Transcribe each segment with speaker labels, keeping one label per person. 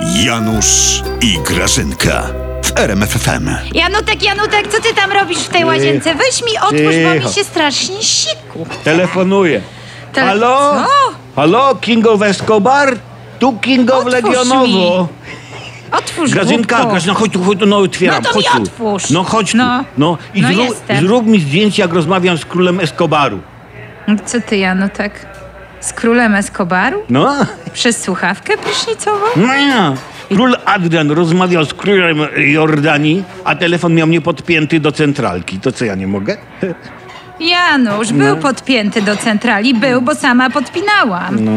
Speaker 1: Janusz i Grażynka w RMFFM.
Speaker 2: Janutek, Janutek, co ty tam robisz w tej łazience? Weź mi otwórz, bo
Speaker 3: Cicho.
Speaker 2: mi się strasznie siku.
Speaker 3: Telefonuję.
Speaker 2: Tele-
Speaker 3: Halo?
Speaker 2: Co?
Speaker 3: Halo, King of Escobar? Tu King of
Speaker 2: Otwórz
Speaker 3: Legionowo.
Speaker 2: Otwórz,
Speaker 3: Grażynka,
Speaker 2: głupko.
Speaker 3: Grażyna, chodź tu, chodź tu, no otwieram.
Speaker 2: No to mi
Speaker 3: chodź tu.
Speaker 2: otwórz.
Speaker 3: No chodź tu.
Speaker 2: No.
Speaker 3: No i
Speaker 2: No
Speaker 3: zrób,
Speaker 2: jestem.
Speaker 3: zrób mi zdjęcie, jak rozmawiam z królem Escobaru.
Speaker 2: Co ty, Janutek? Z królem Escobaru?
Speaker 3: No?
Speaker 2: Przez słuchawkę prysznicową?
Speaker 3: No. Król Adrian rozmawiał z królem Jordanii, a telefon miał mnie podpięty do centralki. To co, ja nie mogę?
Speaker 2: Janusz, był
Speaker 3: No.
Speaker 2: podpięty do centrali, był, bo sama podpinałam.
Speaker 3: No.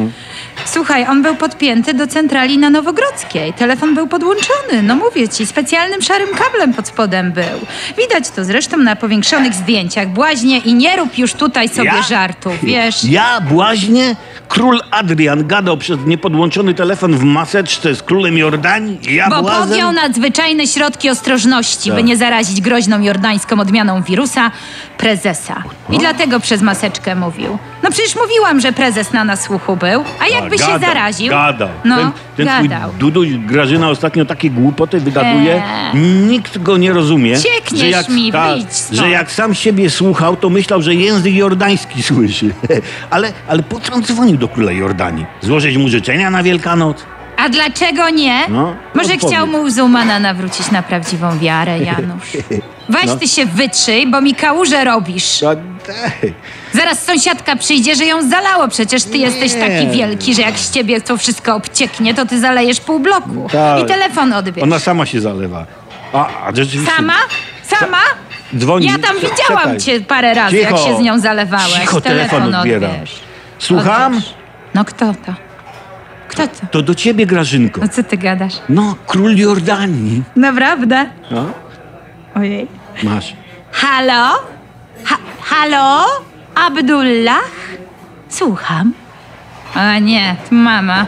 Speaker 2: Słuchaj, on był podpięty do centrali na Nowogrodzkiej. Telefon był podłączony, no mówię ci, specjalnym szarym kablem pod spodem był. Widać to zresztą na powiększonych zdjęciach. Błaźnie i nie rób już tutaj sobie
Speaker 3: Ja?
Speaker 2: żartów, wiesz?
Speaker 3: Ja błaźnie? Król Adrian gadał przez niepodłączony telefon w maseczce z królem Jordanii? Ja
Speaker 2: Bo
Speaker 3: błazen?
Speaker 2: podjął nadzwyczajne środki ostrożności,
Speaker 3: Tak.
Speaker 2: by nie zarazić groźną jordańską odmianą wirusa prezesa. I
Speaker 3: No.
Speaker 2: dlatego przez maseczkę mówił. No przecież mówiłam, że prezes na nasłuchu był, a jakby
Speaker 3: A,
Speaker 2: się
Speaker 3: No, gadał,
Speaker 2: zaraził.
Speaker 3: Gadał.
Speaker 2: No,
Speaker 3: ten ten
Speaker 2: gadał.
Speaker 3: twój Dudu i Grażyna ostatnio takie głupoty wygaduje.
Speaker 2: Eee.
Speaker 3: Nikt go nie rozumie.
Speaker 2: Ciekniesz
Speaker 3: że jak,
Speaker 2: mi, wyjdź stąd.
Speaker 3: Że jak sam siebie słuchał, to myślał, że język jordański słyszy. ale, ale po co on dzwonił do króla Jordanii? Złożyć mu życzenia na Wielkanoc?
Speaker 2: A dlaczego nie?
Speaker 3: No,
Speaker 2: Może
Speaker 3: odpowiedz.
Speaker 2: chciał mu Zumana nawrócić na prawdziwą wiarę, Janusz. Weź ty się wytrzyj, bo mi kałuże robisz.
Speaker 3: No, daj.
Speaker 2: Zaraz sąsiadka przyjdzie, że ją zalało. Przecież ty jesteś taki wielki, że jak z ciebie to wszystko obcieknie, to ty zalejesz pół bloku.
Speaker 3: Tak.
Speaker 2: I telefon odbierz.
Speaker 3: Ona sama się zalewa. A, a rzeczywiście.
Speaker 2: Sama? Sama?
Speaker 3: Dzwoni.
Speaker 2: Ja tam widziałam
Speaker 3: Czekaj.
Speaker 2: cię parę razy,
Speaker 3: Cicho.
Speaker 2: jak się z nią zalewałeś.
Speaker 3: Cicho, telefon odbieram. Słucham?
Speaker 2: Odbierz. No kto to? Kto to?
Speaker 3: To do ciebie, Grażynko.
Speaker 2: No co ty gadasz?
Speaker 3: No, król Jordanii.
Speaker 2: Naprawdę?
Speaker 3: No,
Speaker 2: Ojej.
Speaker 3: masz.
Speaker 2: Halo? Ha halo? Abdullah? Słucham. A nie, to mama.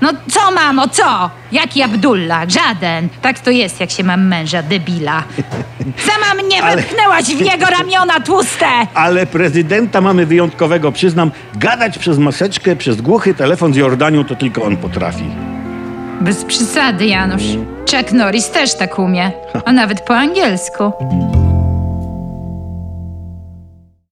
Speaker 2: No co mamo, co? Jaki Abdullah? Żaden. Tak to jest, jak się mam męża debila. Sama mnie
Speaker 3: Ale-
Speaker 2: wepchnęłaś w jego ramiona tłuste!
Speaker 3: Ale prezydenta mamy wyjątkowego, przyznam. Gadać przez maseczkę, przez głuchy telefon z Jordanią to tylko on potrafi.
Speaker 2: Bez przesady, Janusz. Chuck Norris też tak umie. A nawet po angielsku.